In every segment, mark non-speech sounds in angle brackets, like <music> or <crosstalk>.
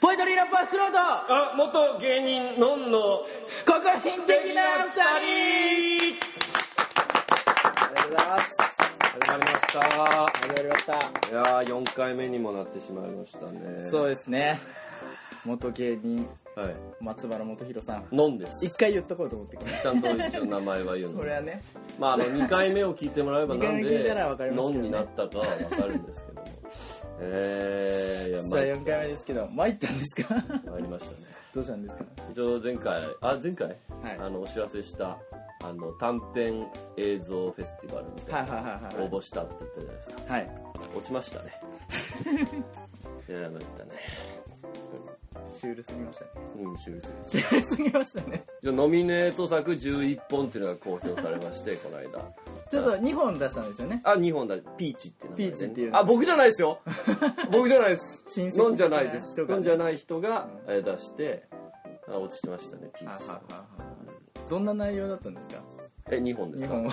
ポエトリーラッパースロートあ元芸人のんの国民的な二人ありがとうございます始まりました始まりましたいやー4回目にもなってしまいましたねそうですね元芸人は松原元弘さんいのんです一回言っとこうと思ってちゃんと一応名前は言う <laughs> このれはねまああの2回目を聞いてもらえば二な回ん目聞いでたらわかりますのけんどにねなったかはわかるんです <laughs> けどもえー、いやさあ参4回目ですけど参ったんですか参りましたねどうしたんですか一応前回あ前回、はいあのお知らせしたあの短編映像フェスティバルみたいな、はいはいはいはい応募したって言ったじゃないですかはい落ちましたねいややめたねシュールすぎましたねうん終了するシュールすぎましたねじゃあノミネート作11本っていうのが公表されましてこの間ちょっと2本出したんですよねあ2本だピーチって名前、ね、ピーチっていうあ僕じゃないですよ僕じゃないです親戚的な飲んじゃないです人がね飲んじゃない人が、えー出してあ落ちてましたねピーチさんどんな内容だったんですかえ2本です日か本は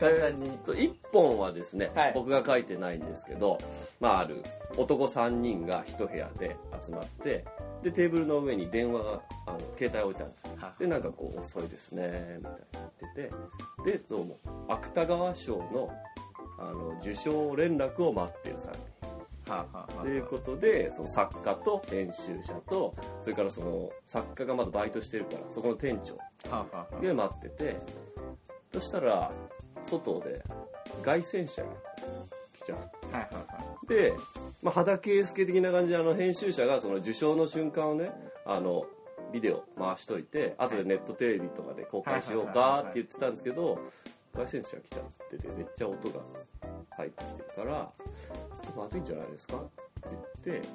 簡単にえっと1本はですね、はい僕が書いてないんですけど、まあ、ある男3人が一部屋で集まってでテーブルの上に電話があの携帯置いてあるんですよはでなんかこう遅いですねみたいな言っててでどうも芥川賞のあの受賞連絡を待ってる3人はははということでその作家と編集者とそれからその作家がまだバイトしてるからそこの店長はははで待っててそしたら外で凱旋者が来ちゃっはいはて、まあ、肌圭介的な感じであの編集者がその受賞の瞬間をねあのビデオ回しといて後でネットテレビとかで公開しようかって言ってたんですけど凱旋者が来ちゃっててめっちゃ音が入ってきてるから「まずいんじゃないですか?」って言って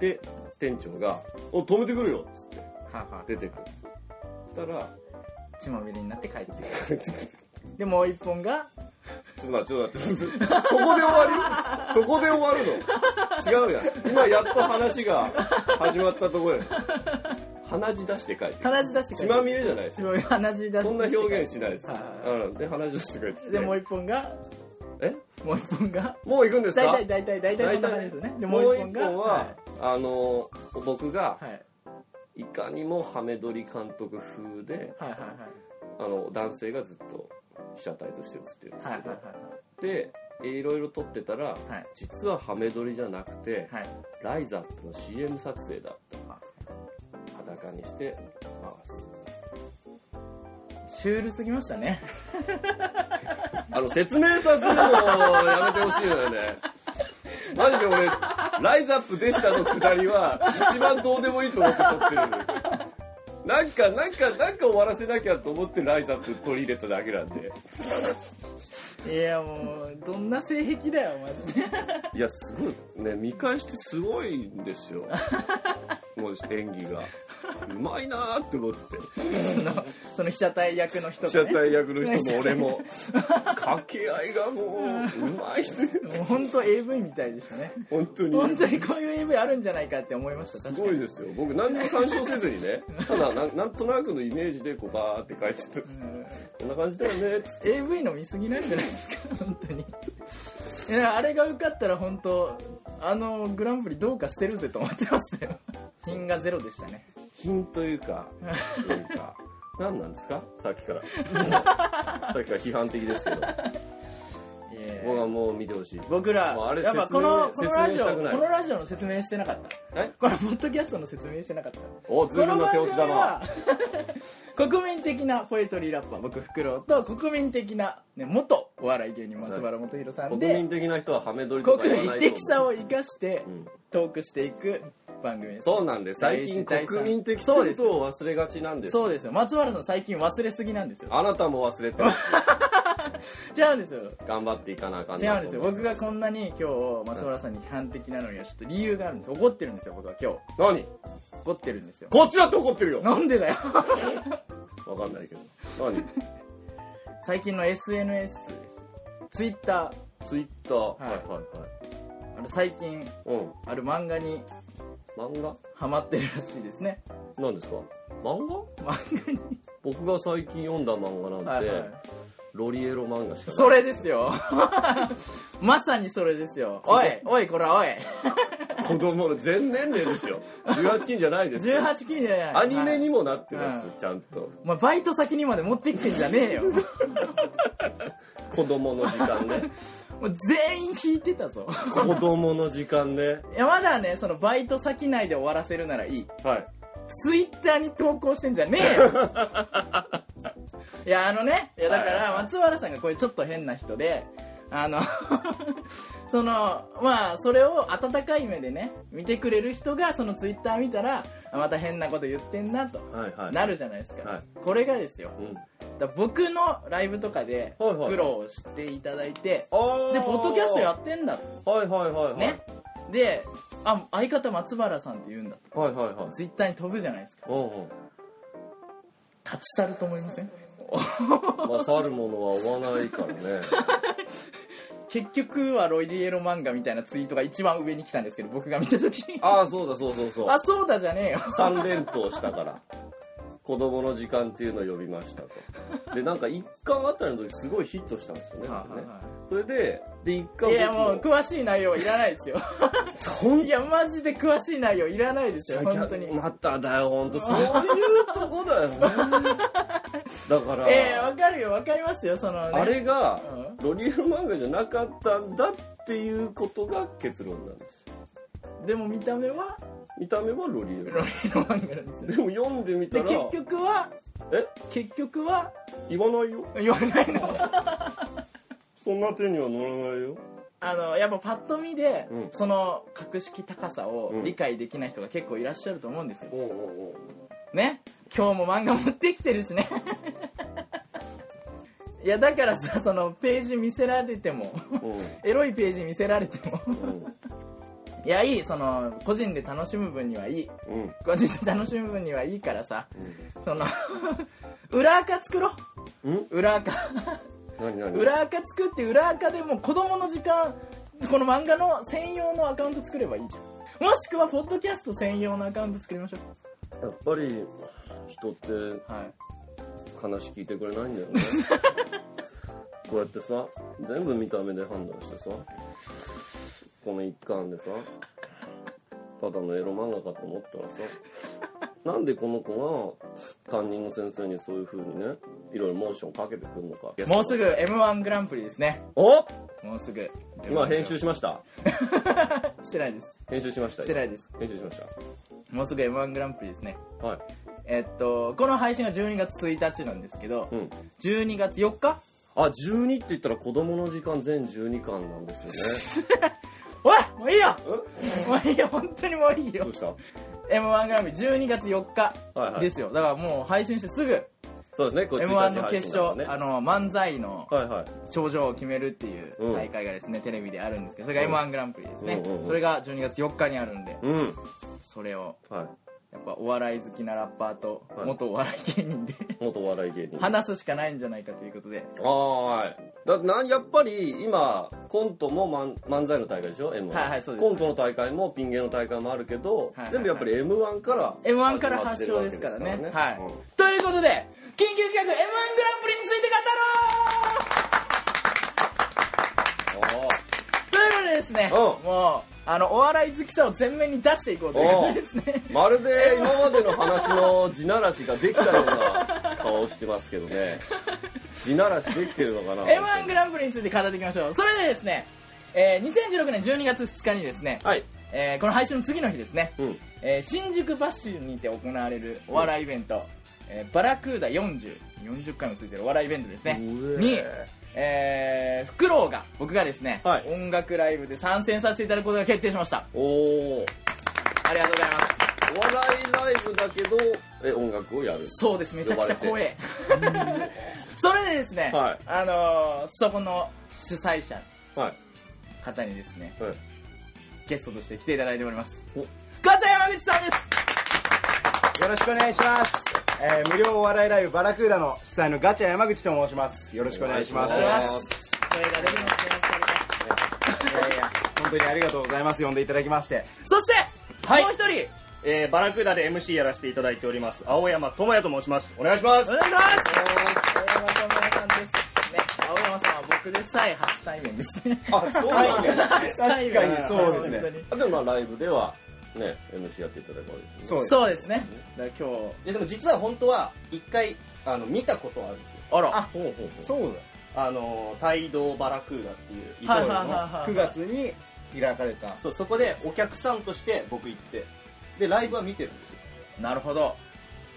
で店長が「お止めてくるよ」っつっていはいは出てくる。そしたら血まみれになって帰ってく <laughs> るでもう1本がちょっと待って、ちょっと待って。そこで終わりそこで終わるの違うやん。今やっと話が始まったところやん。鼻血出して書いてる。鼻血出して帰血ってまみれじゃないですすよ。ごい鼻血出してそんな表現しないです。ははうん。で、鼻血出して書いてきでもうて。 1本がえもう1本がもう行くんですか大体大体大体そんな感じですよねでももうう一一本本はが、あの、僕が、はいいかにもハメ撮り監督風で、はいはいあの、男性がずっと被写体として映ってるんですはいはいけど、はで、いろいろ撮ってたら、い実はハメ撮りじゃなくて、はいはいライザップの CM 撮影だったあ裸にして回すシュールすぎましたねあの説明させるのやめてほしいのよねマジで俺ライザップでしたのくだりは一番どうでもいいと思って撮ってるのよなんかなんかなんか終わらせなきゃと思ってライザップ取り入れただけなんで <laughs> いやもうどんな性癖だよマジでいやすごいね見返してすごいんですよもう演技がうまいなーって思ってそのその被写体役の人被写がね体役の人も俺 <laughs> も掛け合いがもううまいねもう本当 AV みたいでしたね本当に本当にこういう AV あるんじゃないかって思いましたす確かごいですよ僕何にも参照せずにねただななんとなくのイメージでこうバーって書いてたこんな感じだよねっつって AV の見過ぎなんじゃないですか本当にいやあれが受かったら本当あのグランプリどうかしてるぜと思ってました <laughs> よ品がゼロでしたね品というかなんか何なんですかさっき <laughs> からさっきから批判的ですけどいやいや僕はもう見てほしい僕らもうあれやっぱこのこ説明のラジ説明オしたくこないのラジオの説明してなかったえこのポッドキャストの説明してなかったおずいぶんの手落ちだこなの番組は国民的なポエトリーラッパー僕フクロウと国民的な、ね、元お笑い芸人松原元弘さん国で、民的な人はハメ撮りとか国言わ民ない的とさ思うを生かしてんトークしていく番組です、そうなんで最近第一国民的ってそうこですとを忘れがちなんですそうですよ松原さん最近忘れすぎなんですよあなたも <laughs> 忘れてます違うんですよ頑張っていかなあかん違なうんとですよ思僕がこんなに今日松原さんに批判的なのにはちょっと理由があるんですよ怒ってるんですよ僕は今日何怒ってるんですよこっちだって怒ってるよなんでだよわかんないけど何最近の SNS ですツイッタツイッ <laughs> ターはいいはいはいーあの最近うんある漫画に漫画ハマってるらしいですね何ですか漫画漫画に僕が最近読んだ漫画なんはいて、はいロリエロ漫画しかないそ <laughs> れですよまさにそれですよおいおいこらおい子供の全年齢です <laughs> よ18金じゃないですよ18禁じゃないアニメにもなってるんですうよんちゃんとお前バイト先にまで持ってきてんじゃね <laughs> えよ子供の時間 <laughs> ねもう全員引いてたぞ子供の時間ねいやまだねそのバイト先内で終わらせるならいいはいツイッターに投稿してんじゃねえ <laughs> よいやあのねいやだかはいはいらはい松原さんがこういうちょっと変な人であの <laughs> そのまあそれを温かい目でね見てくれる人がそのツイッター見たらあまた変なこと言ってんなとはいはいなるじゃないですか、はいこれがですようんだから僕のライブとかではいはいはい苦労をしていただいて、あーでポッドキャストやってんだはいはいはいはいね、であ相方松原さんって言うんだはいはいはいツイッターに飛ぶじゃないですかうんうん立ち去ると思いませんまあ去るものは追わな <laughs> いからね結局はロイリエロ漫画みたいなツイートが一番上に来たんですけど僕が見た <laughs> 時にああそうだそうそうそうあそうだじゃねえよ三連投したから子供の時間っていうのを呼びましたとでなんか一巻あたりの時すごいヒットしたんですよねはこれねはそれでで一巻いや <laughs> もう僕も詳しい内容はいらないですよ <laughs> ほんいやマジで詳しい内容いらないですよ本当にまただよ本当そういうとこだよねだから、ええわかるよわかりますよその、ね、あれがうロリエル漫画じゃなかったんだっていうことが結論なんですよでも見た目は見た目はロリエロルイリエロ漫画なんですよでも読んでみたでら結局はえ結局は言わないよ言わないのそんな手には乗らないよあのやっぱパッと見で、うんその格式高さをうん理解できない人が結構いらっしゃると思うんですよ、おうおうおうね今日も漫画持ってきてるし <laughs> ねいやだからさそのページ見せられても <laughs> うエロいページ見せられてもんうん <laughs> いやいいその個人で楽しむ分にはいいうん個人で楽しむ分にはいいからさ、その <laughs> 裏垢作ろうんう裏垢何何裏垢作って裏垢でもう子供の時間この漫画の専用のアカウント作ればいいじゃんもしくはポッドキャスト専用のアカウント作りましょやっぱり人ってうはい話聞いてくれないんだよ <laughs> ねこうやってさ全部見た目で判断してさこの一巻でさただのエロ漫画かと思ったらさなんでこの子が担任の先生にそういう風にねいろいろモーションかけてくるのかもうすぐ m 1グランプリですねおもうすぐ今編集しましたしてないです編集しましたしてないです編集しましもうすぐ m 1グランプリですねたはいえっとこの配信は12月1日なんですけど、うん12月4日あ12って言ったら子供の時間全12巻なんですよねおいもういいよえもういいよ本当にもういいどようした <laughs> m 1グランプリ12月4日はいはいですよ、だからもう配信してすぐそうですねこれ m 1 1日の配決信だから勝、ねあの漫才のはいはい頂上を決めるっていうんう大会がですね、テレビであるんですけどそれがうん m 1グランプリですね、うんうんうんそれが12月4日にあるんでうんそれをはいやっぱお笑い好きなラッパーとはい元お笑い芸人で <laughs> 元お笑い芸人は話すしかないんじゃないかということで、ーいだなやっぱり今コントも漫漫才の大会でしょ m 1はいはいそうですコントの大会もピン芸の大会もあるけど、はいはいはい全部やっぱり m 1から m 1から発祥ですからね始まってるわけですかはらい、うんということで緊急企画 m 1グランプリについて語ろうということでですね、うんもうあのお笑い好きさを全面に出していこうということですねおーまるで今までの話の地ならしができたような顔をしてますけど <laughs> ね地ならしできてるのかな m 1グランプリについて語っていきましょうそれでですね、えー2016年12月2日にですね、はいえーこの配信の次の日ですね、うんえー新宿バッシュにて行われるお笑いイベント、えーバラクーダ4040回もついてるお笑いイベントですねうえにえー、フクロウが僕がですね、はい音楽ライブで参戦させていただくことが決定しましたおおありがとうございますお笑いライブだけどえ音楽をやるそうですめちゃくちゃ光栄 <laughs> それでですね、はいあのーそこの主催者のはい方にですねはいゲストとして来ていただいておりますおガチャ山口さんですよろしくお願いします、えー無料お笑いライブバラクーダの主催のガチャ山口と申しますよろしくお願いしますおい願やいしいます声が出てますねや本当にありがとうございます呼んでいただきまして、そして、はいもう一人えー、バラクーダで MC やらせていただいております青山智也と申しますお願いしますお願いします青山智也さんですね青山山さんは僕でさえ初対面ですね。あそうなんですね確か確かにそうですねあでもまあライブではね MC やっていただくわけですもんねそうですそうですね。だから今いやでも実は本当は一回あの見たことあるんですよ日、あら、ほうほうほうそうあの大道バラクーダっていうイベンはいトはいはいのはい。 9月に開かれたそうそこでお客さんとして僕行ってでライブは見てるんですよなるほど。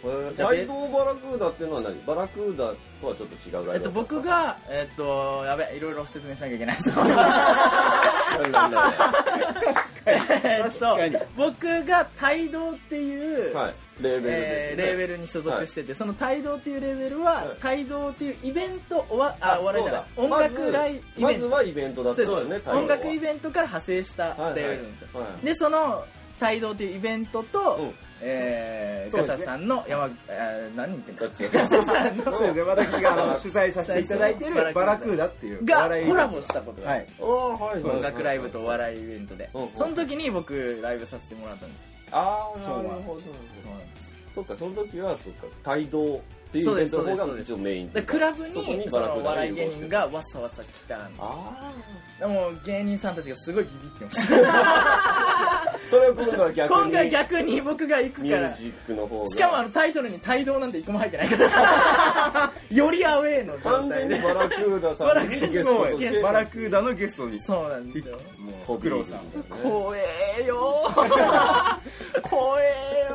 えーじゃあライドバラクーダっていうのは何バラクーダとはちょっと違うラえイっと、ドだたん僕ですかが、えっと、やべ、いろいろ説明しなきゃいけない。えっと確かに、僕が帯同っていう、はいレーベルですえよーねレーベルに所属してて、その帯同っていうレーベルは、帯同っていうイベントおわあお笑いじゃない音楽ライイまベずまンずト、はイベントだったんですよね音楽インベントから派生したはいはいレーベルなんですよ、はいでその帯同っていうイベントと、うんえーそうですねガチャさんの山、えー何言ってんだガチャさんのそうですね私があの主催させていただいてるバラクーダっていうおが笑いコラボしたことがあはるいおーはいはい音楽ライブとお笑いイベントで、うんうんその時に僕ライブさせてもらったんですああなるそうなんですほどそっかその時はそっか帯同っていうそイうベでンすトのそ方うがです一応メインってでいうかクラブそこにそバラクのーおダが笑融い合芸して人るがわさわさ来たんであでも芸人さんたちがすごいビビってましたあそれを今度は逆に今回逆に僕が行くミかューらジックの方がしかもあのタイトルに帯同なんて一個も入ってないから <laughs> よりアウェーの状完態全にでバラクーダさんにゲストとしてバラクーダのゲストにそうなんですよもトう苦労さん怖えよ <laughs> 怖え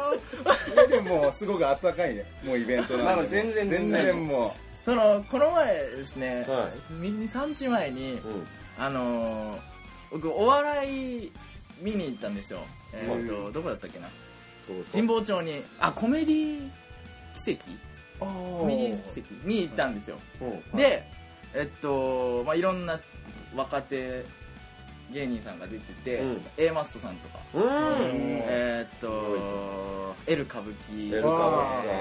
よでもうすごくあったかいねもうイベントまあなまあんで全然全全然然もそのこの前ですね、は23日前に、うんあのー僕お笑い見に行ったんですよえっ、と、どこだったっけなどうですか神保町にあコメディ奇跡うコメディ奇跡に行ったんですよ、うんで、えっと、まあ、いろんな若手芸人さんが出てて、うん A マストさんとか、うんえーっごいでと、エル歌舞伎、エル歌舞伎さんえー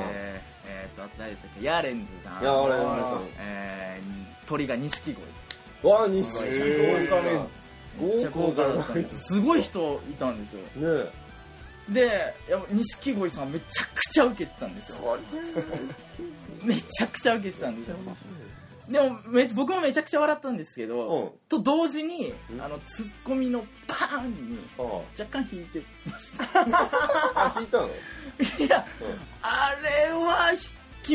えーっと、あと誰でしたっけ、ヤーレンズさん、ヤーレンズさんえー、鳥が錦鯉。わあ錦鯉さんえめっちゃ豪豪華華だなったんですすごい人いたんですよ。ねえで、いや錦鯉さんめちゃくちゃ受けてたんですよ。めちゃくちゃ受けてたんですよ。でもめ僕もめちゃくちゃ笑ったんですけど、と同時にあのツッコミのバーンにあ若干引いて <laughs> ましあ聞いたのたいや、あれは引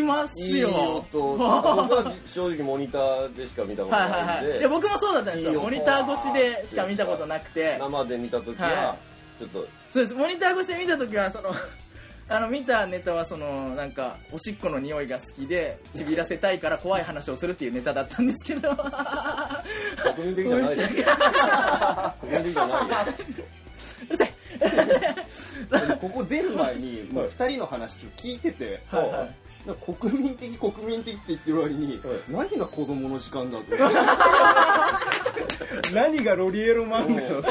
きますいいよ音僕は正直モニターでしか見たことはいはないはいいんいでや僕もそうだったんですいいよよモニター越しでしか見たことなくて生で見た時ははちょっとそうですモニター越しで見た時はその <laughs> あの見たネタはそのなんかおしっこの匂いが好きでちびらせたいから怖い話をするっていうネタだったんですけど <laughs> 国民的じゃないですよ国民的じゃないよここ出る前にもう2人の話ちょっと聞いてて、はいはいなんか国民的国民的って言ってる割に、何が子供の時間だと何がロリエロ漫画よ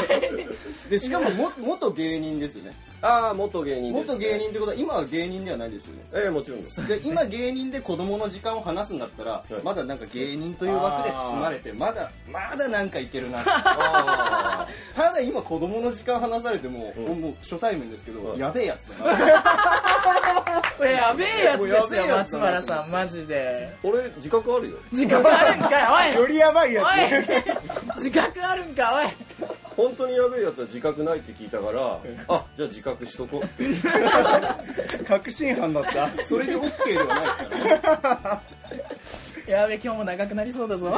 でしかもも元芸人ですよねああ元芸人です元芸人ってことは今は芸人ではないですよねええもちろんですで今芸人で子供の時間を話すんだったら、いまだなんか芸人という枠で包まれてまだまだなんかいけるな <laughs> ってあただ今子供の時間話されても、うんもう初対面ですけど、うんやべえやつだな <laughs> これやべえやつでもうやべすえよやつ松だな原さんマジでー俺自覚あるよ自覚あるんかいおいりやばいやおい自覚あるんかおい本当にやべえやつは自覚ないって聞いたからあじゃあ自覚しとこ <laughs> うってつ確信犯だ <laughs> ったそれで OK ではないですからねやべえ今日も長くなりそうだぞ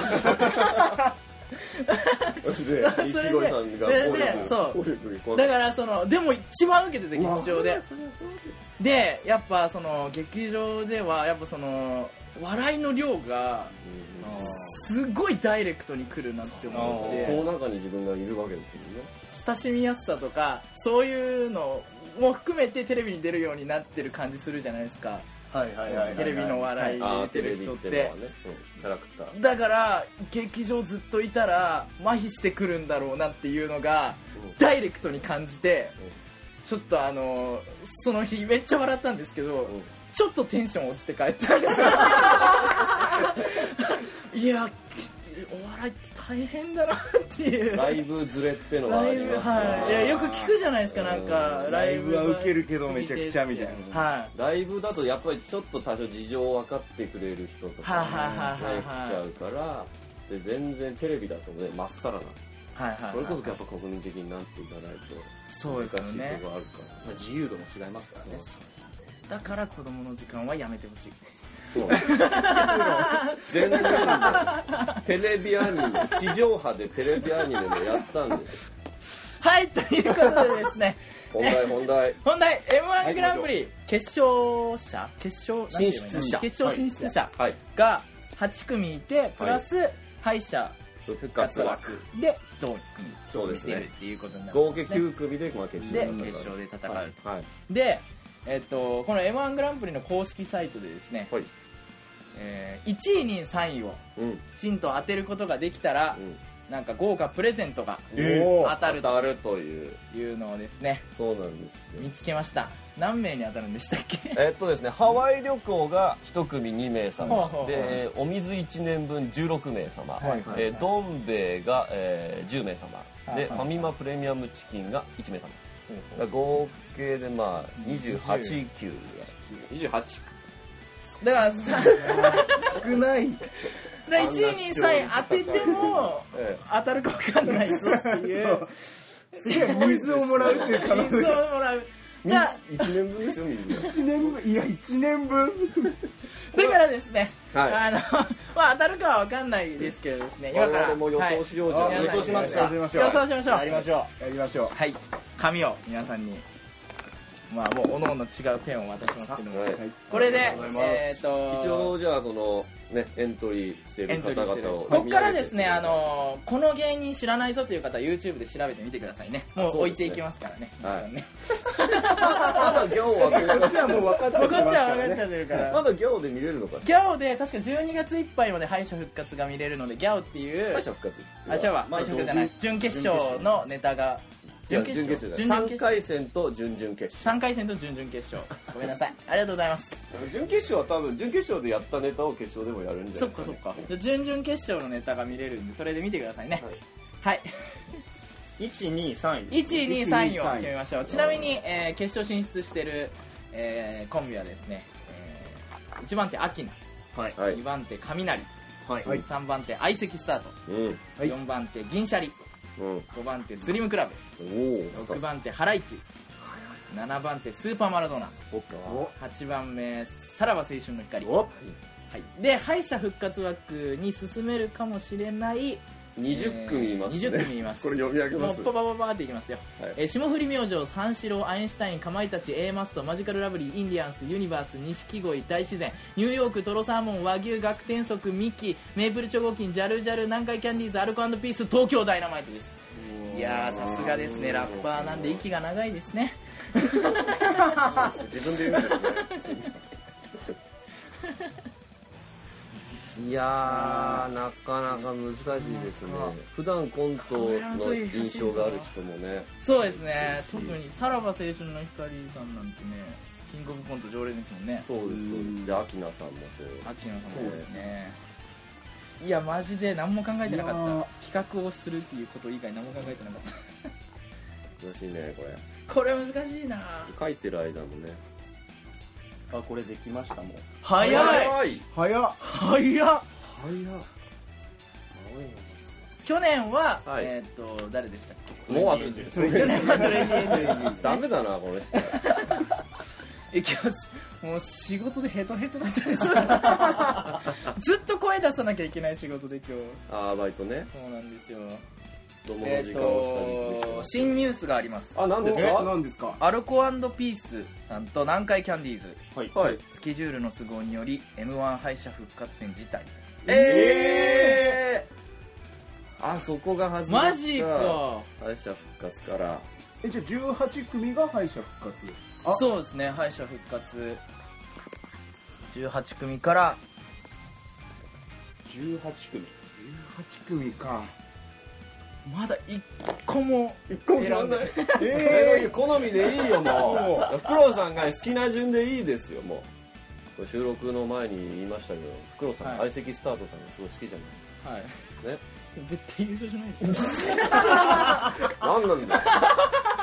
それで錦鯉さんがで暴でそう力暴力にだからそのでも一番受けてた劇場ででやっぱその劇場ではやっぱその笑いの量がすごいダイレクトに来るなって思ってその中に自分がいるわけですよね親しみやすさとかそういうのも含めてテレビに出るようになってる感じするじゃないですかはいはいはいはいテレビの笑いあにあ出てテレるビ人っっててのはねうんキャラクターだから劇場ずっといたら麻痺してくるんだろうなっていうのがダイレクトに感じてちょっとあのその日めっちゃ笑ったんですけどんちょっとテンション落ちて帰ったんですいやお笑いって大変だなっていうライブズレってのはあライりブますはいいやよく聞くじゃないですかなんかライブライブはウケるけどめちゃくちゃみたいなはいライブだとやっぱりちょっと多少事情分かってくれる人とかはいはいはいはいね来ちゃうからで全然テレビだとねまっさらなはいはいはいそれこそやっぱ国民的になっていかないとそうですよ難しいねとこあるかまあ自由度も違いますからねだから子供の時間はやめてほしいらそう全然テレビアニメ地上波でテレビアニメもやったんですよはいということでですね本題本題本題 m は1いグランプリ決勝者決勝なんて言えばいいの進出者決勝進出者はいが8組いてプラス敗者復復活活枠枠で1組そうで決すめねてるっていうことになる合ん計ですね9組で、まあ、決勝でになる決勝で戦う、はいで、えっと、この m 1グランプリの公式サイトでですね、はいえー1位に3位をうんきちんと当てることができたら、うんなんか豪華プレゼントがえ当おーたる当たるというというのをですねそうなんですよ見つけました何名に当たるんでしたっけ <laughs> えっとですね、ハワイ旅行が1組2名ほう様ほうほうで、えーお水1年分16名様、はいはいはいえーどん兵衛が、えー10名様はいで、はいファミマプレミアムチキンが1名様だから合計でまあ28球28だからさ少ないだから1位に3位当ててもえ当たるか分かんないぞっていう水をもらうっていう可能水性をも <laughs> らうだだ1年分ですよ <laughs> 水が1年分いや1年分からですね、はいあの <laughs> まあ当たるかは分かんないですけどですね今我から々も予想しようじゃあなはいいか予想します予予想想しまししましょょううややりりまましょうやりましょうはい、紙を皆さんに、まあ、もうおのの違うペンを渡しますけども、はいこれでありがとうございま、すえっ、と、一応じゃあそのねエントリーしていエるントリ方ーして々るをこっからですね、見上げあてのこの芸人知らないぞという方は YouTube で調べてみてくださいね。もあうそう置ですねいていきますからね。はいねまだギャオは <laughs> こっちはもう分かっちゃってこまっすちかはら分かっちねゃってるから。まだギャオで見れるのかギャオで確か12月いっぱいまで敗者復活が見れるのでギャオっていう敗者復活あ違うわま敗だ者復活じゃない準決勝のネタがじゃあ準決勝準だ々3決勝回戦と準々決勝3回戦と準々決勝ごめんな <laughs> さいありがとうございます準決勝は多分準決勝でやったネタを決勝でもやるんじそゃないっですかかそっかじゃあ準々決勝のネタが見れるんでそれで見てくださいねはい、 <laughs> 123位123位を決めましょうちなみに、えー決勝進出してる、えーコンビはですね、え1番手アキナはいはい2番手雷はいはい3番手相席スタートうんはい4番手銀シャリうん5番手スリムクラブおお6番手ハライチ7番手スーパーマラドーナおっかお8番目さらば青春の光、はおっい、で敗者復活枠に進めるかもしれない20組いますねえー20組いますこれ読み上げもまうすパパパパっていきますよ、はいえー霜降り明星三四郎アインシュタインかまいたち A マッソマジカルラブリーインディアンスユニバース錦鯉大自然ニューヨークトロサーモン和牛学天足ミキメープルチョコキンジャルジャル南海キャンディーズアルコピース東京ダイナマイトですいやーさすがですねラッパーなんで息が長いですね自分で言うんだよねすいませ <laughs> んいやーなかなか難しいですね普段コントの印象がある人もねそうですね特にさらば青春の光さんなんてねキングオブコント常連ですもんねそうですそうですでアキナさんもそう秋野さんもですねいやマジで何も考えてなかった企画をするっていうこと以外何も考えてなかっ難しいねこれた <laughs> これ難しいな書いてる間もねあこれできましたもう早いい早早っっ早っ去年は、はいえーっと誰でしたっもう <laughs> 忘れてるけ去年はトレンディエンドリーダメだなこの人え今日もう仕事でヘトヘトだったですずっと声出さなきゃいけない仕事で今日あアバイトねそうなんですよどうもえのー時っ間をと下に新ニュースがありますあ何ですえか何ですかアルコピースさんと南海キャンディーズはいスケジュールの都合により m 1敗者復活戦辞退ええー、あそこが外れたマジか敗者復活からえじゃあ18組が敗者復活あそうですね敗者復活18組から18組18組かまだ1個も一個も決まんないえ好みでいいよもうフクロウさんが好きな順でいいですよもうこれ収録の前に言いましたけどフクロウさんはい相、席スタートさんがすごい好きじゃなはいいです絶対優勝じゃないですよか <laughs> ね何なんだよ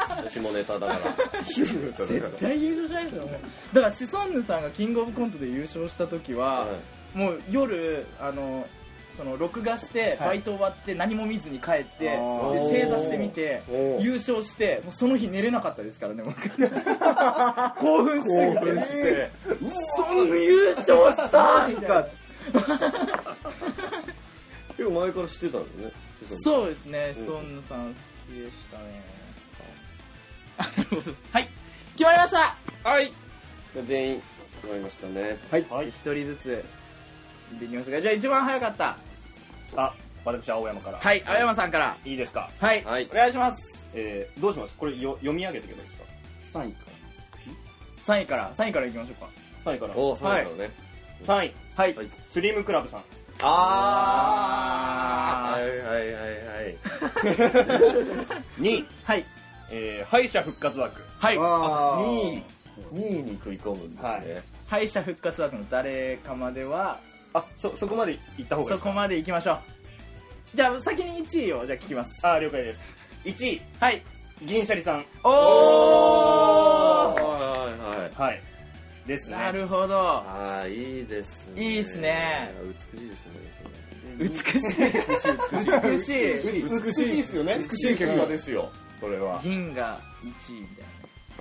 私もネタだから <laughs> 絶対優勝じゃないですよもうだからシソンヌさんがキングオブコントで優勝した時は、はいもう夜あのその録画してはいバイト終わって何も見ずに帰って、あーで正座してみておー優勝してもうその日寝れなかったですからね僕 <laughs> 興奮しすぎてしてそんな優勝したみたいな結構前から知ってたんだよね <laughs> そうですね、うんそんなさん好きでしたねあなるほどはい決まりましたはい全員決まりましたね一人ずつできますがじゃあ一番早かったあ私青山からはい青山さんからいいですかはい、はいお願いしますえーどうしますこれよ読み上げていけばいいですか3位か3位から3位からいきましょうか3位からおおそうだろうね3位はい、はいスリムクラブさんああはいはいはいはい2位、はいえー敗者復活枠はいあー2位2位に食い込むんですね敗者復活枠の誰かまではあそそこまで行った方がそいいですこかまでいきましょうじゃあ先に1位をじゃあ聞きますあー了解です1位はい銀シャリさんおはいおはいはいはいですねなるほどああいいですねいいっすね美しいですね美しい美しい美しいですよね美しい結果ですよこれは銀が1位みたいな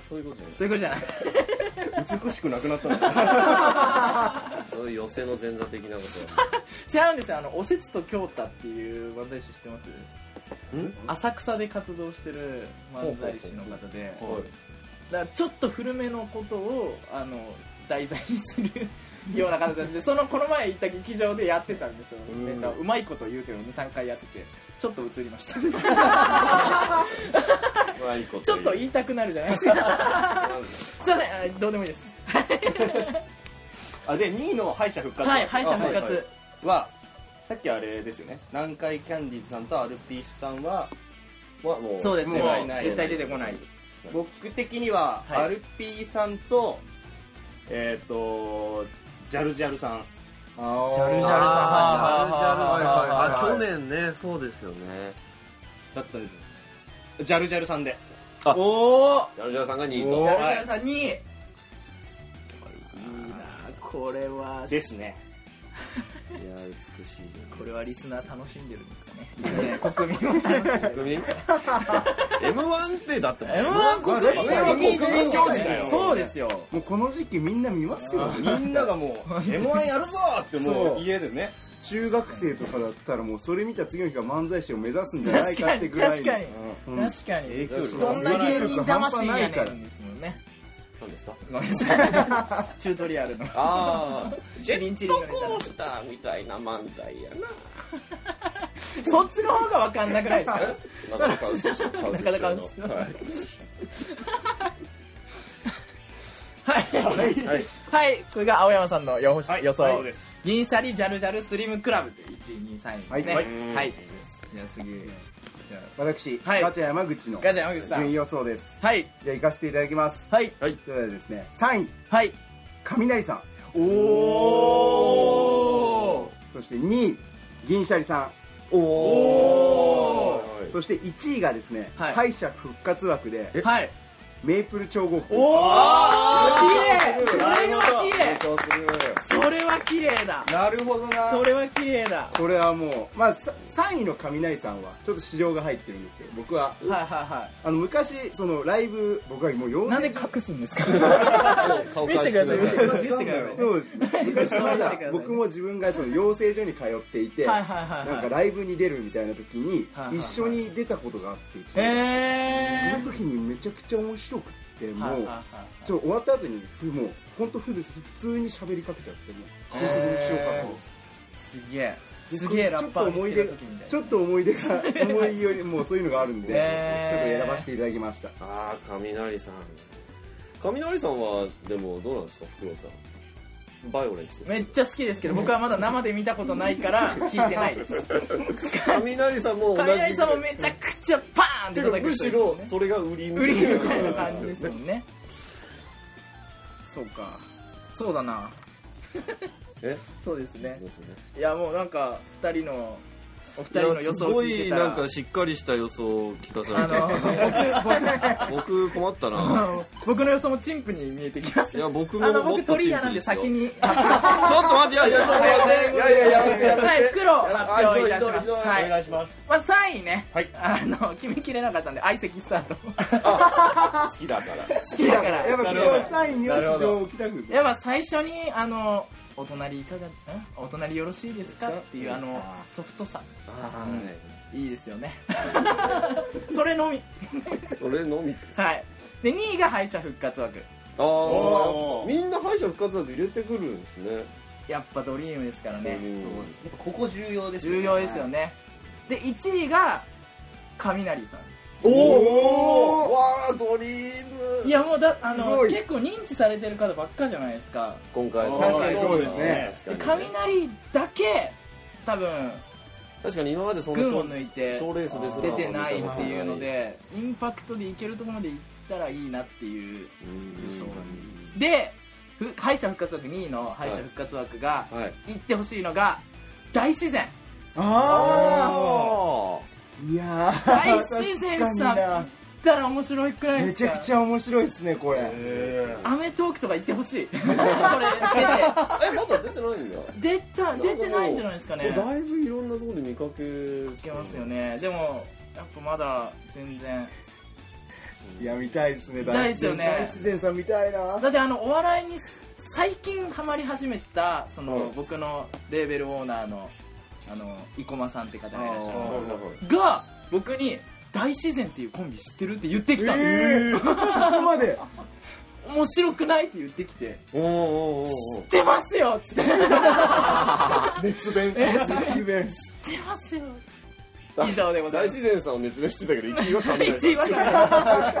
そういうことじゃないそういうことじゃない美しくなくなったのはそういう寄せの前座的なこと違うんですよあのおせつと京太っていう漫才師知ってます浅草で活動してる漫才師の方でだからちょっと古めのことをあの題材にするような形でそのこの前行った劇場でやってたんですよ、ネタをうまいこと言うていうのを23回やっててちょっと映りました <laughs> まあいいことちょっと言いたくなるじゃないです <laughs> かすいませんあどうでもいいです <laughs> あで2位の敗者復活枠はい敗者復活、はさっきあれですよね南海キャンディーズさんとアルピースさんははもうそうですねもうもう絶対出てこない僕的にははいアルピーさんと、えっ、とジャルジャルさんあジャルジャルさんあはいはいはい去年ねそうですよねだったんでジャルジャルさんでおおジャルジャルさんが2位おとジャルジャルさんにいいなこれはですねいや美しいじこれはリスナー楽しんでるんですかねね国民も楽しんでる <laughs> ゃん国民 M1 ってだって M1 まあ確こかれはに国民行事だよそうですよもうこの時期みんな見ますよみんながもう m 1やるぞってもそうう家でね中学生とかだったらもうそれ見た次の日は漫才師を目指すんじゃないかってぐらい確のかにうんうん確かに響力どんな芸人魂やねん半端ないからですもんね何ですかごめんなさいチュートリアルのああチリンチリンが出たしたみたいな漫才やそっちの方が分かんなくないですかなかなか嘘しななかなか嘘はいはいはいこれが青山さんの予は想い予想最後です銀シャリジャルジャルスリムクラブで123位ですねははいいじゃあ次じゃ私、はいガチャ山口のあガジャン山口さ順位ん予想ですはいじゃあ行かせていただきますはいそれではですね3位はい雷さんおおそして2位銀シャリさおおんそして1位がですね、はい敗者復活枠ではいメープル超合金おお綺麗それは綺麗それは綺麗だなるほどなそれは綺麗だこれはもう、まあ、3位の雷さんはちょっと市場が入ってるんですけど僕ははいはいはあの昔そのライブ僕はもう養い成所隠すんですか顔見返せしててくだくさい見せだてください見せてくさいださいそう昔まだ僕も自分がその養成所に通っていてはいなはいはいんはかいライブに出るみたいな時にはいはいはい一緒に出たことがあって一へ度えその時にめちゃくちゃ面白くってーはいはもいうはいちょ終わった後にふもう本当普通に喋りかけちゃってもう本当に面白かったですすげえすげえラッパー見つけた時みたいなちょっと思い出が思いよりもうそういうのがあるんでへちょっとー選ばせていただきましたああ雷さん雷さんはでもどうなんですかフクロウさんバイオレンスですめっちゃ好きですけど僕はまだ生で見たことないから聞いてないです雷さんも同じ雷さんもめちゃくちゃパーンってて叩かくむしろそれが売りみ売り切れみたいな感感じですもんねそうかそうだなえそうですねじいやもうなんか2人のお二人の予想を聞いてたらすごいなんかしっかりした予想を聞かあされての僕困った僕な僕僕の <laughs> 予想もチンプに見えてきましいたや僕あものも僕っと鳥チン屋なプんでですよ先にちょっと待っていやいやちょっと待っていやいやいやいやはい、黒発表いたします。ひどいひどいはおい。願いしますまあ、3位ね、はいあの、決めきれなかったんで、相席スタート。好きだから好きだから。やっぱそれはサインには市場をきたくやっぱ最初に、あの、お隣いかが、んお隣よろしいですかっていう、あの、ソフトさ。いいですよね。 <laughs> それのみ。それのみってはい。で、2位が敗者復活枠。ああおーみんな敗者復活だと入れてくるんですねやっぱドリームですからね。んそうですやっぱここ重要です重要ですよね。で、1位が、雷さん。おおおわあドリームいやもうだあすのごい結構認知されてる方ばっかじゃないですか今回の確かにそうですね確かにね雷だけ多分確かに今までそんな群を抜いて賞レースですら出てないっていうのでインパクトでいけるところまでいったらいいなっていうでふ敗者復活枠2位の敗者復活枠がはい行ってほしいのが大自 <laughs> 然あああいやー大自然さん確かにな行ったら面白いくらいめですちかゃくちゃ面白いですねこれアメトークとか行ってほしい <laughs> これあえまだ出てないんだ出て出た出てないんじゃないですかねだいぶいろんなところで見かけいけますよねでもやっぱまだ全然いや見たいですねたいっすよね大自然さん見たいなだってあのお笑いに最近ハマり始めたその、うん僕のレーベルオーナーのあの生駒さんって方がいらっしはいゃはいはいるが僕に大自然っていうコンビ知ってるって言ってきたの、えー、そこまで面白くないって言ってきておーおーおーおー出ますよっつって出熱弁熱弁ますよ以上でござい大ます自然さんを熱弁してたけど、1位 <laughs> は雷さん一位は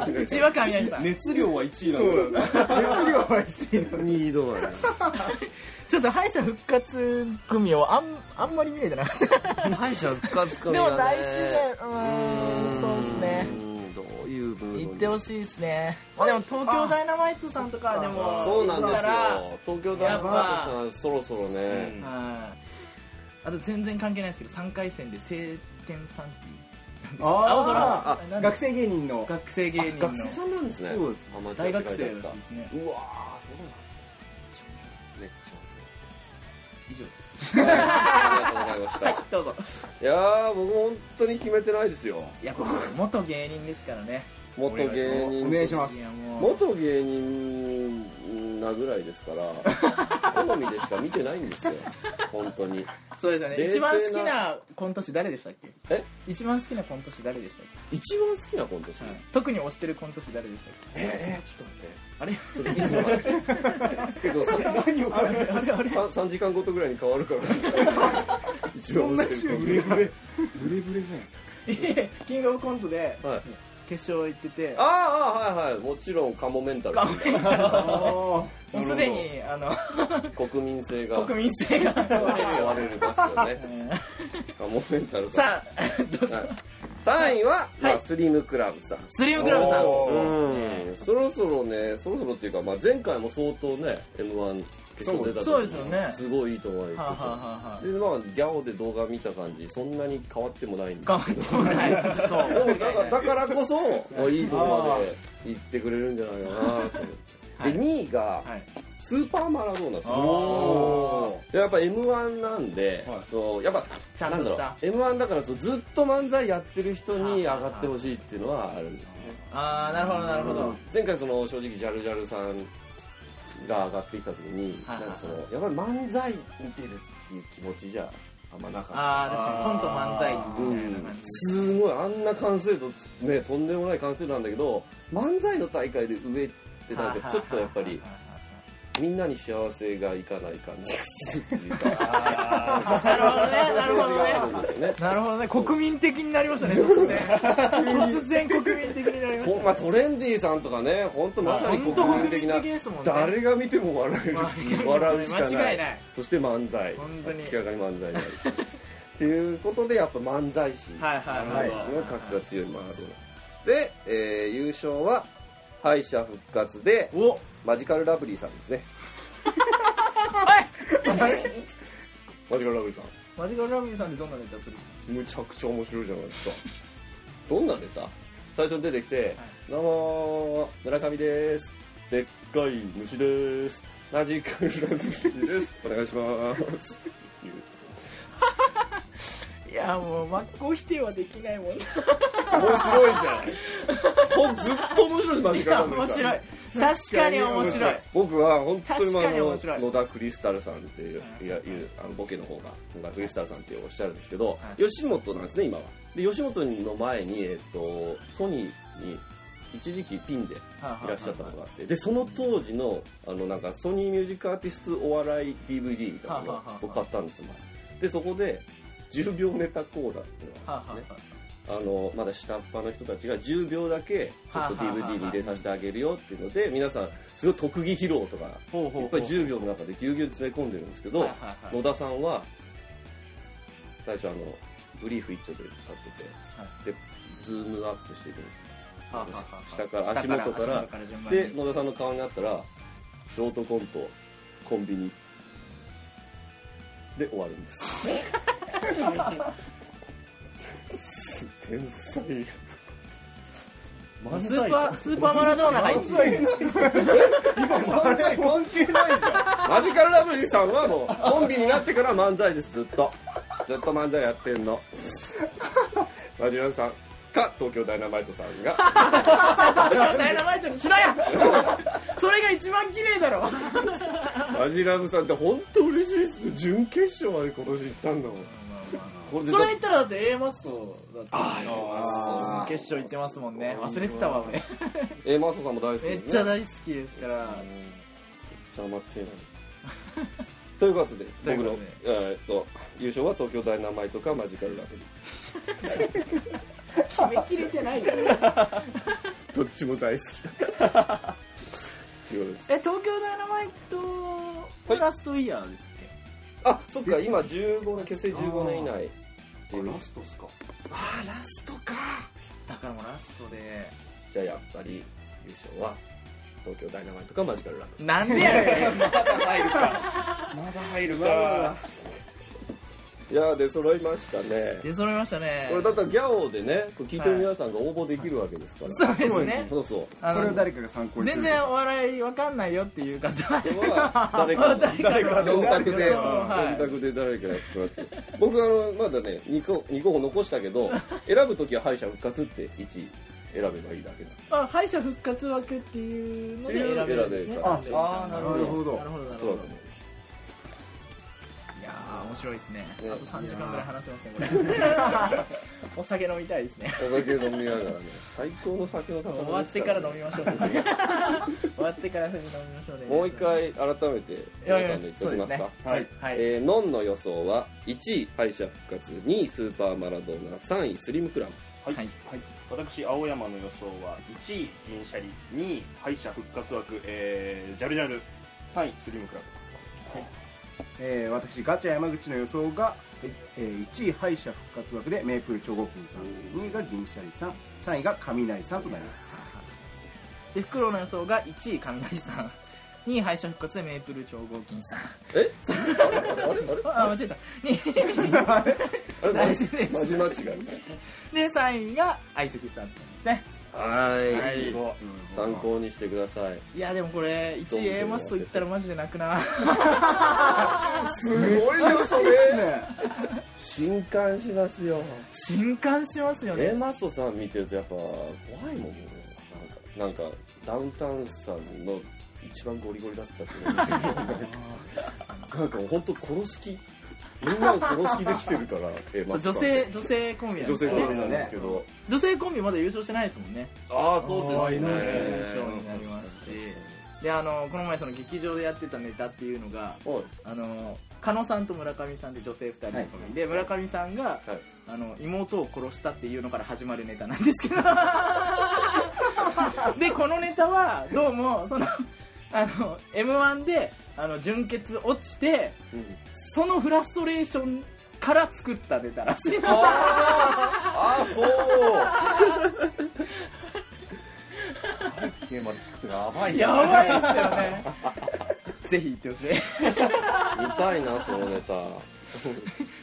神谷 <laughs> さん一位は神谷さん熱量は1位なそんうだだ熱量は1位二位どうだね。ちょっと敗者復活組をあんあんまり見れてなかった敗者復活かでも大自然うーんそうですねどういう部分行ってほしいですね、まあ、でも東京ダイナマイトさんとかでもそうなんで行すよったら。東京ダイナマートさん、そろそろね。はいあと全然関係ないですけど3回戦で晴天さんっていう青空ああなあんだ学生芸人の学生芸人の学生さんなんですね。そうですアマチュ大アって学書いてあ生っらたしいですねうわー、そうなんだ。めっちゃ以上です面白い。はいありがとうございました。はいどうぞいやー、僕本当に決めてないですよ。いや僕元芸人ですからね元芸お人願いしますいやもう元芸人なぐらいですから、 <laughs> 好みでしか見てないんですよ、本当に。そうですよね冷一静な番好きなコント師誰でしたっけえ一番好きなコント師誰でしたっ一番好きなコント師、け、特に推してるコント師誰でしたっえー、ちょっけあれと待って。ちょっといつも待って。結構あれあれあれさ三時間ごとぐらいに変わるから。一番そんな週ブレブレブレブレじキングオブコントではい。決勝行っててああああはいはいもちろんカモメンタル顔面ゃんあもうすでにあの国民性 <laughs> が国民性が問われる問よわれるですよね。カモメンタルが。さあどうぞはい三位は、まはあいスリムクラブさん。スリムクラブさんおうんそろそろねそろそろっていうか、まあ、前回も相当ね m 1決勝出た時そうですよねすごいいいと思いはあ、はまあはあはあすでまあギャオで動画見た感じそんなに変わってもないんで頑張ってもらえそうでもだからだからこ <laughs> そもういいとこまで行ってくれるんじゃないかなと思ってで2位がはいスーパーマラドーナさんおでやっぱ m 1なんで、そうやっぱちゃんとなんだろしうた m 1だからそうずっと漫才やってる人に上がってほしいっていうのはあるんですねああなるほどなるほど前回その正直ジャルジャルさんが上がってきた時に、はいはいなんかそのやっぱり漫才見てるっていう気持ちじゃあんまなかっああ確かにコント漫才みたいな感たすごいあんな完成度ねとんでもない完成度なんだけど漫才の大会で上ってじなんかちょっとやっぱりみんなに幸せがいかない感じがするっていう <laughs> かなるほどねなるほどあねるんですよねなるほどね国民的になりましたね突然突然国民的になりましとまあ、トレンディーさんとかね本当まさに国民的な本当国民的ですもんね誰が見ても笑える笑える笑うしかない間違いないそして漫才本当に明らかに漫才であるっていうことでやっぱ漫才師たはいはいはいの格が強いマラドーナで、えー優勝は敗者復活でおマジカル <laughs> ラ <laughs> ブリーさんですねマジカルラブリーさんマジカルラブリーさんでどんなネタするむちゃくちゃ面白いじゃないですか <laughs> どんなネタ最初に出てきて「どうもー村上ですでっかい虫ですマジカルラグビ <laughs> ーですお願いします」言ういやもう真っ向否定はできないもんな面白いじゃんほんずっと面白いマジいカルやラグビー面さん白い確かに面白い僕は本当にまああ確かに面白いの野田クリスタルさんっていういやいうあのボケの方が野田クリスタルさんっておっしゃるんですけど、吉本なんですね今はで吉本の前に、えっと、ソニーに一時期ピンでいらっしゃったことがあってでその当時のあのなんかソニーミュージックアーティストお笑い DVD みたいなのをはあはあはあ僕買ったんですよ前でそこで10秒ネタコーナーっていうのがあはっあたんはですねあのまだ下っ端の人たちが10秒だけちょっと DVD に入れさせてあげるよっていうので皆さんすごい特技披露とかほういっぱい10秒の中でぎゅうぎゅう詰め込んでるんですけどはいはいはい野田さんは最初あのブリーフ一丁で立っててでズームアップしていくんですはあはあはあ下から足元から足順番にで野田さんの顔になったらショートコントコンビニで終わるんです <laughs> ス天才ーパー <laughs> スーパーマラドーナが一番漫才関係ないじゃんマジカルラブリーさんはもうコンビになってから漫才ですずっとずっと漫才やってんのマジカルさんか東京ダイナマイトさんがダイナマイトにしろや <laughs> それが一番綺麗だ <laughs> ろマジラブさんって本当嬉しいっす準決勝まで今年行ったんだもんこれでそれ言ったらだって A マッソだってあ決勝行ってますもんね忘れてたわ俺 A マッソさんも大好きです、めね、っちゃ大好きですから邪魔ってないということでというこ僕のとで、えーっと優勝は東京ダイナマイトかマジカルラブリ決めきれてないよーどっちも大好きだということですえ東京ダイナマイトラストイヤーですっあそっか今15年結成15年以内っていうラストっすかけだからもうラストでじゃあやっぱり優勝は東京ダイナマイトかマジカルラブリなんでやねん <laughs> 入るかーいやー出揃いましたね出揃いましたねこれだったらギャオでねこれ聞いてる皆さんが応募できるわけですから、そうですねそうそうあこれをの誰かが参考にす全る然お笑いわかんないよっていう方はこれは誰 <laughs> か誰か誰かの4択でそうはい4択で誰かやってもらって僕あのまだね2個 <laughs> 二候補残したけど選ぶ時は敗者復活って1位選べばいいだけだあ敗者復活枠っていうので選べるんですね選べ選べるあーなるななるほるどほどなるそうほだとど思ういやー面白いですねあねと3時間ぐらい話せますねこれお <laughs> 酒飲みたいですねお酒飲みながらね最高の酒の魚終わってから飲みましょうね <laughs> 終わってから酒飲みましょうねもう一回改めて皆さんで言っておきまいすやいやそうですねかはいはい、えー、ノンの予想は1位敗者復活2位スーパーマラドーナ3位スリムクラムはい、ははいい、私青山の予想は1位銀シャリ2位敗者復活枠、えー、ジャルジャル3位スリムクラえー私ガチャ山口の予想が、えー1位敗者復活枠でメープル超合金さん2位が銀シャリさん3位が雷さんとなりますでフクロウの予想が1位雷さん2位敗者復活でメープル超合金さんえあれあれあれあ間違えたに <laughs> あれ大事ですマジ間違いで3位が相席スタートさんですねははいい参考にしてくださいいやでもこれどんどん1位 A マストいったらマジで泣く <laughs> なすごい予想ですね新刊しますよ震撼しますよね A マッソさん見てるとやっぱ怖いもんねなんかなんかダウンタウンさんの一番ゴリゴリだったけどなんか本当殺す気みんなを殺す気できて <laughs> るから A マッソ女さん性女性コンビなんで女す性ねコンビなんですけど、女性コンビまだ優勝してないですもんねああそうです優ね勝になりますしであのこの前その劇場でやってたネタっていうのがおいあの加納さんと村上さんで女性2人のコンビで村上さんがはいあの妹を殺したっていうのから始まるネタなんですけど <laughs> でこのネタはどうもそのあの m 1であの純潔落ちてうんそのフラストレーションから作ったネタらしいのああそうテーマで作ってやばいっすねやばいですよねぜひ言ってほしい見たいなそのネタぜ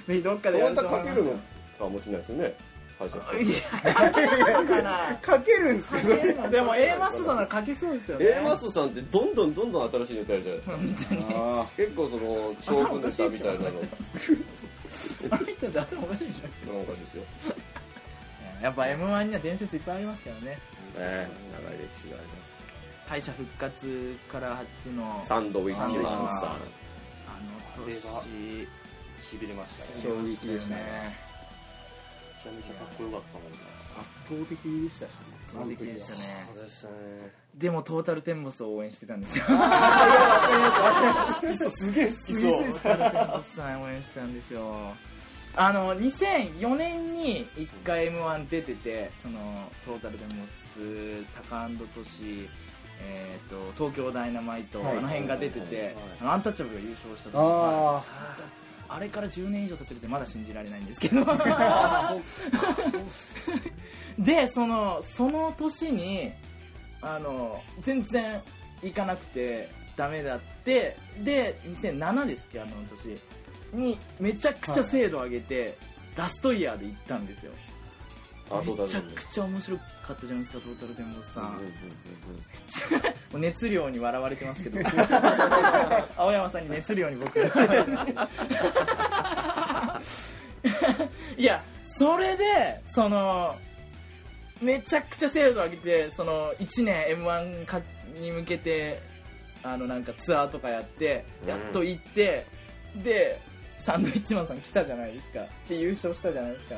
ひどっかそでやうるたとら思いますかけるのかもしれないですね敗者復活いやかけるのかなかけるんですかそれ <laughs> でも A マスさんならかけそうですよね A マスさんってどんどんどんどん新しいネタやるじゃないですかあ結構その勝負ネタみたいなのあの人じゃ頭おかしいでしなんかですよねょやっぱ m 1には伝説いっぱいありますからねえ長い歴史があります敗者復活から初のサンドウィッチマンスターあの年しびれましたね衝撃でしたねめちゃめちゃかっこよかったもんな圧倒的でしたしね衝撃でしたねそうでしたねでもトータルテンボスを応援してたんですよトータルテンボススイスイスイさん応援してたんですよあの2004年に1回 m 1出ててそのトータルテンボスタカアンドトシえー、と東京ダイナマイト、はいあの辺が出てて、あのアンタッチャブルが優勝した時ああれから10年以上経ってるってまだ信じられないんですけどでそのその年にあの全然行かなくてダメだってで2007ですっけあの年にめちゃくちゃ精度上げて、ラストイヤーで行ったんですよあとめちだゃねくちゃ面白かったじゃないですかトータルテンボスさん、もう熱量に笑われてますけど青山さんに熱量に僕がいやそれでそのめちゃくちゃ精度上げてその1年 m 1かに向けてあのなんかツアーとかやってやっと行って、でサンドウィッチマンさん来たじゃないですかで優勝したじゃないですか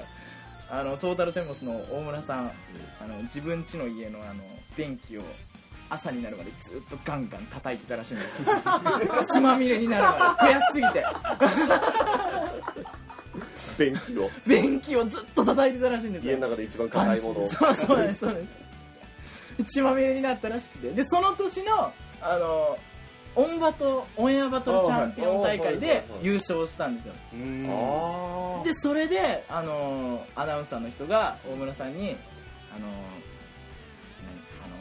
あのトータルテンボスの大村さん、あの自分家の家のあの便器を朝になるまでずっとガンガン叩いてたらしいんですよ血まみれになるまで悔しすぎて便器を便器をずっと叩いてたらしいんです家よの中で一番硬いものをそうそうですそうです血まみれになったらしくてでその年のあのオンバトオンエアバトルチャンピオン大会で優勝したんですようんあでそれであのアナウンサーの人が大村さんにあの何あの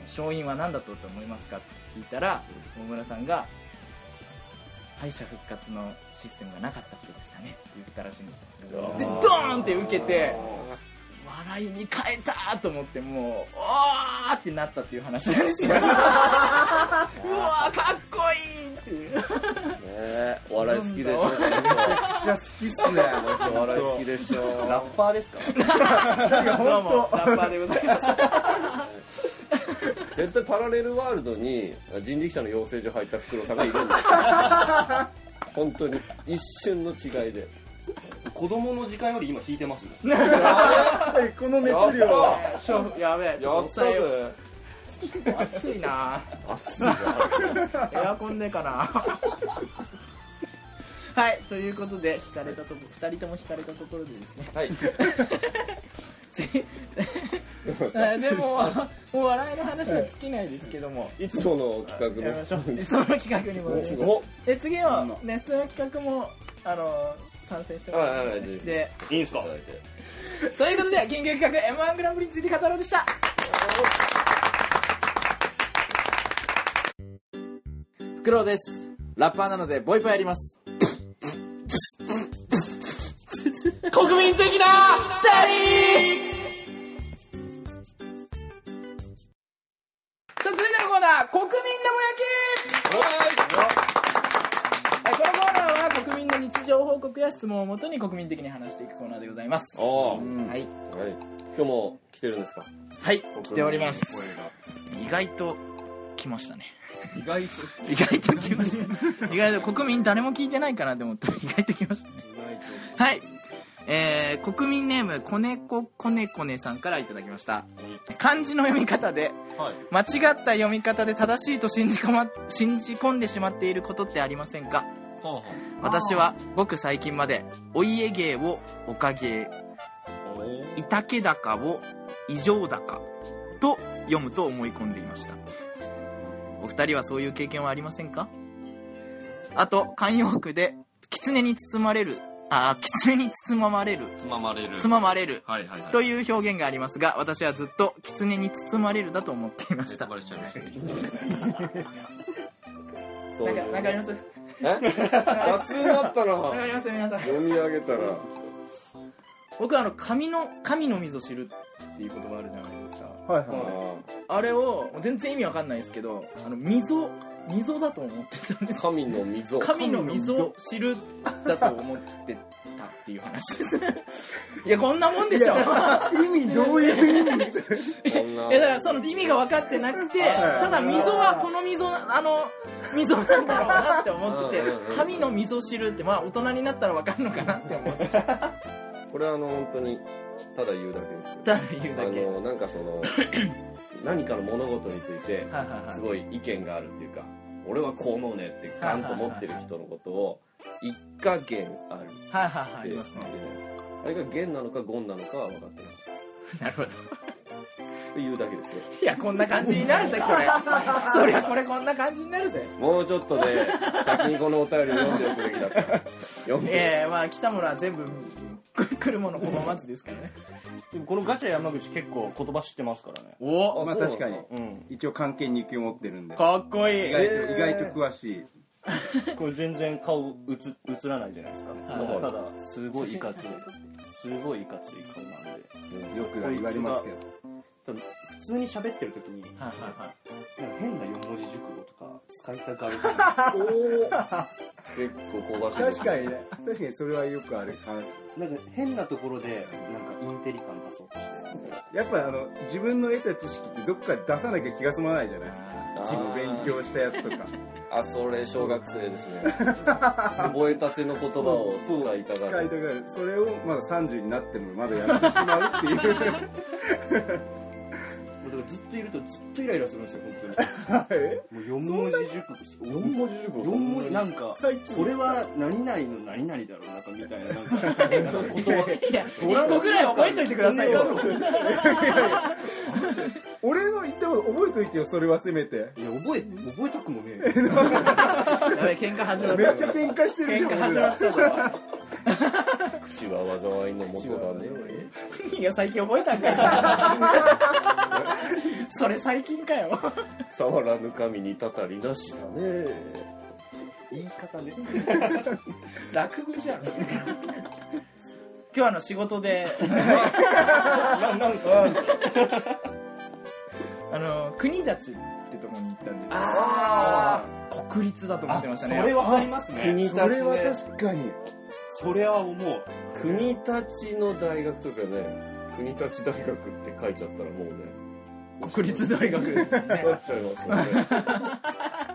勝因は何だと思いますかって聞いたら大村さんが敗者復活のシステムがなかったことでしたねって言ったらしいんですよでドーンって受けて笑いに変えたと思ってもうおーってなったっていう話なんですようわーかっこいいっていうあねえお笑い好きでしょなんじゃあ好きっすねお笑い好きでしょラッパーですかどうもラッパーでございます絶対パラレルワールドに人力車の養成所入った袋さんがいるんですよ <laughs> 本当に一瞬の違いで子供の時間より今引いてますねはいこの熱やっ量た勝負やべえちやょっとった抑えようぜ暑いな熱いじゃんエアコンでかなはいということで引かれたとこ2人とも引かれたところでですね <laughs> はいあでももう笑いの話は尽きないですけどもいつもの企画やめのましょうその企画に戻りましょうおで次はねその企画もあの参戦してもらいますはいはいはいでいいんすかそういうことで緊急企画 m 1グランプリについて語ろうでしたフクロウですラッパーなのでボイパやります国民的な二人さあ続いてのコーナー国民のもやきはいこのコーナーは国民の日常報告や質問をもとに国民的に話していくコーナーでございますおおはいはい今日も来てるんですかはい、来ております。意外と来ましたね。意外と意外と来ました。意外と国民誰も聞いてないかなと思ったら意外と来ましたね。はい。えー、国民ネーム、こねここねこねさんからいただきました。漢字の読み方で、間違った読み方で正しいと信じ込ま、信じ込んでしまっていることってありませんか私は、ごく最近まで、お家芸をおかげいたけだかを異常だかと読むと思い込んでいましたお二人はそういう経験はありませんかあと慣用句で狐に包まれるあ狐に包まれるつままれるつままれるはいはいはいという表現がありますが私はずっと狐に包まれるだと思っていましネたタバレしちゃいましたそういうなんかなんかありますえ雑になったなんかあなります皆さん読み上げたら僕あの、神の、神の溝知るっていう言葉あるじゃないですか。はいはい。あれを、全然意味わかんないですけど、あの、溝、溝だと思ってたんです。神の溝神の溝を知るだと思ってたっていう話ですね。いや、こんなもんでしょ。意味どういう意味ですかこんない <laughs> やだからその意味が分かってなくて、ただ溝はこの溝な、あの、溝なんだろうなって思っててうんうんうん、神の溝知るって、まあ大人になったら分かるのかなって思ってこれはあの本当にただ言うだけですけただ言うだけ。どあのなんかそ <laughs> の何かの物事についはいてはいはいすごい意見があるっていうか俺はこう思うねってガンと持ってる人のことを一加減あるってはいはいはい、あり言うじゃまないすですかね。あれが弦なのかゴンなのかは分かってない <laughs> なるほど。っていうだけですよいや、こんな感じになるぜ、これ。そりゃこれこんな感じになるぜ。もうちょっと <laughs> ね先にこのお便りを読んでおくべきだった読んでええまあ来たものは全部、来るもの拒まずですからね。でもこのガチャ山口結構言葉知ってますからね。おあまあそうなん確かにで。うん。一応関係に気を持ってるんで。かっこい意い。外えと、ー意外と詳しい。これ全然顔映映らないじゃないですか。いもうただ、すごいいかつい。すごいいかつい顔なんで。よく言われますけど。ただ普通に喋ってる時に、なんかはいはいはい。変な四文字熟語とか使いたがる。 <laughs> 結構香ばしい確かにね。確かにそれはよくある話。なんか変なところで、なんかインテリ感出そうとしてる。やっぱあの、自分の得た知識ってどっかで出さなきゃ気が済まないじゃないですか。自分勉強したやつとか。あそれ小学生です <laughs> ね覚えたての言葉を使いたが使いるたがる。それをまだ30になってもまだやってしまうっていう。 <laughs> だからずっといるとずっとイライラするんですよ、 <laughs> 本当に。もう四文字熟語。四文字熟語四文字、なんか、最近それは何々の何々だろう、なんかみたいな、なん <laughs> か、 <laughs> なんか言葉。いや、1個ぐらい覚えといてくださいよ。俺の言ったこと覚えといてよ、それはせめて。いや、覚え、覚えたくも <laughs> ねやべえ、喧嘩始ま <laughs> めっっちゃた。喧嘩してるじ喧ゃ嘩ん、俺始まっら。たぞ。口は災いのもとだねいや、最近覚えたんか <laughs> よ。それ最近かよ。触らぬ神にたたりなしだねえ。言い方ね。落語じゃん。今日あの仕事で、ななんか、あの、国立ってとこに行ったんですあけど、国立だと思ってましたそね。れはありますね。国立それはね確かに。それは思う。国立の大学とかね国立大学って書いちゃったらもうね国立大学ですねなっちゃいますよね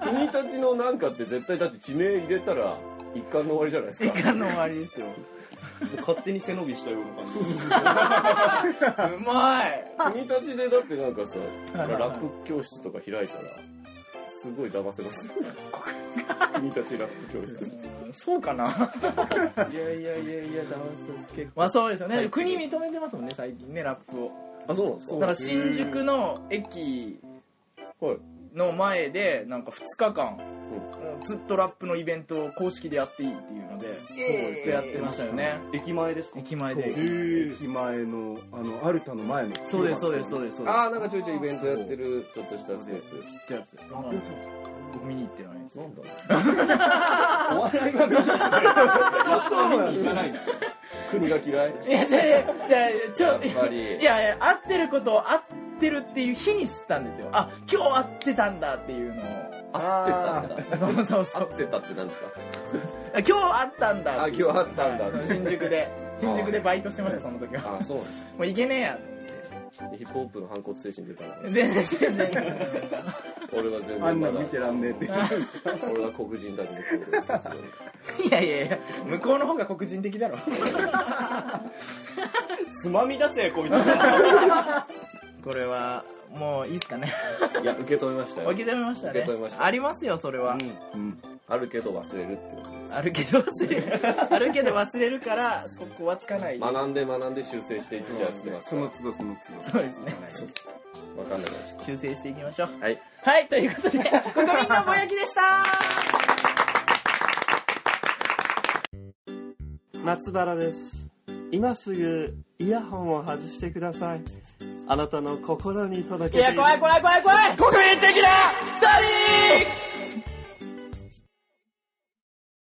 国立のなんかって絶対だって地名入れたら一貫の終わりじゃないです時か間の終わりですよ。勝手に背伸びしたような <laughs> 感じ。うまい。国立でだってなんかさいはいラップ教室とか開いたらすごい騙せますよ国立ラップ教室そうかな。いやいやいやいや騙せます結構まあそうですよね。国認めてますもんね、最近ね、ラップを。あそうなんですだから新宿の駅かはいの前でなんか2日間、もうずっとラップのイベントを公式でやっていいっていうのでそうですやってましたよね駅前ですか駅前で駅前の、あの、アルタの前の。そうですそうですそうですそうですああなんかちょいちょいイベントやってるちょっとしたスペースちっちゃいやつ僕見に行ってないですなんだろお笑いが行か <laughs> ないんですかう国が嫌いいやじゃあじゃあち <laughs> やょっぱりいやいや合ってることを合ってるっていう日に知ったんですよあ今日合ってたんだっていうのをあ <laughs> あ。そうそうそ合うってたってなんですか今日あったんだあ今日あったんだはい新宿で新宿でバイトしてましたその時はあそうなんですもういけねえやヒップホップの反骨精神出たのかな全然全然俺は全あん然なまん見てだらんねえって。俺は黒人たちですけどいやいやいや向こうの方が黒人的だろつまみ出せ、こいつは。これはもういいっすかねいや受け止めましたよ受け止めましたね受け止めましたありますよそれは、あるけど忘れるってことですあるけど忘 <laughs> れるあるけど忘れるからそこはつかない学んで学んで修正していっちゃってますそかの都度その都度。そうですねらわかんなくなっちゃっ修正していきましょうたはいはいということで国民のぼやきでした松原です今すぐイヤホンを外してくださいあなたの心に届いけてや怖い怖い怖い怖い国民的な二人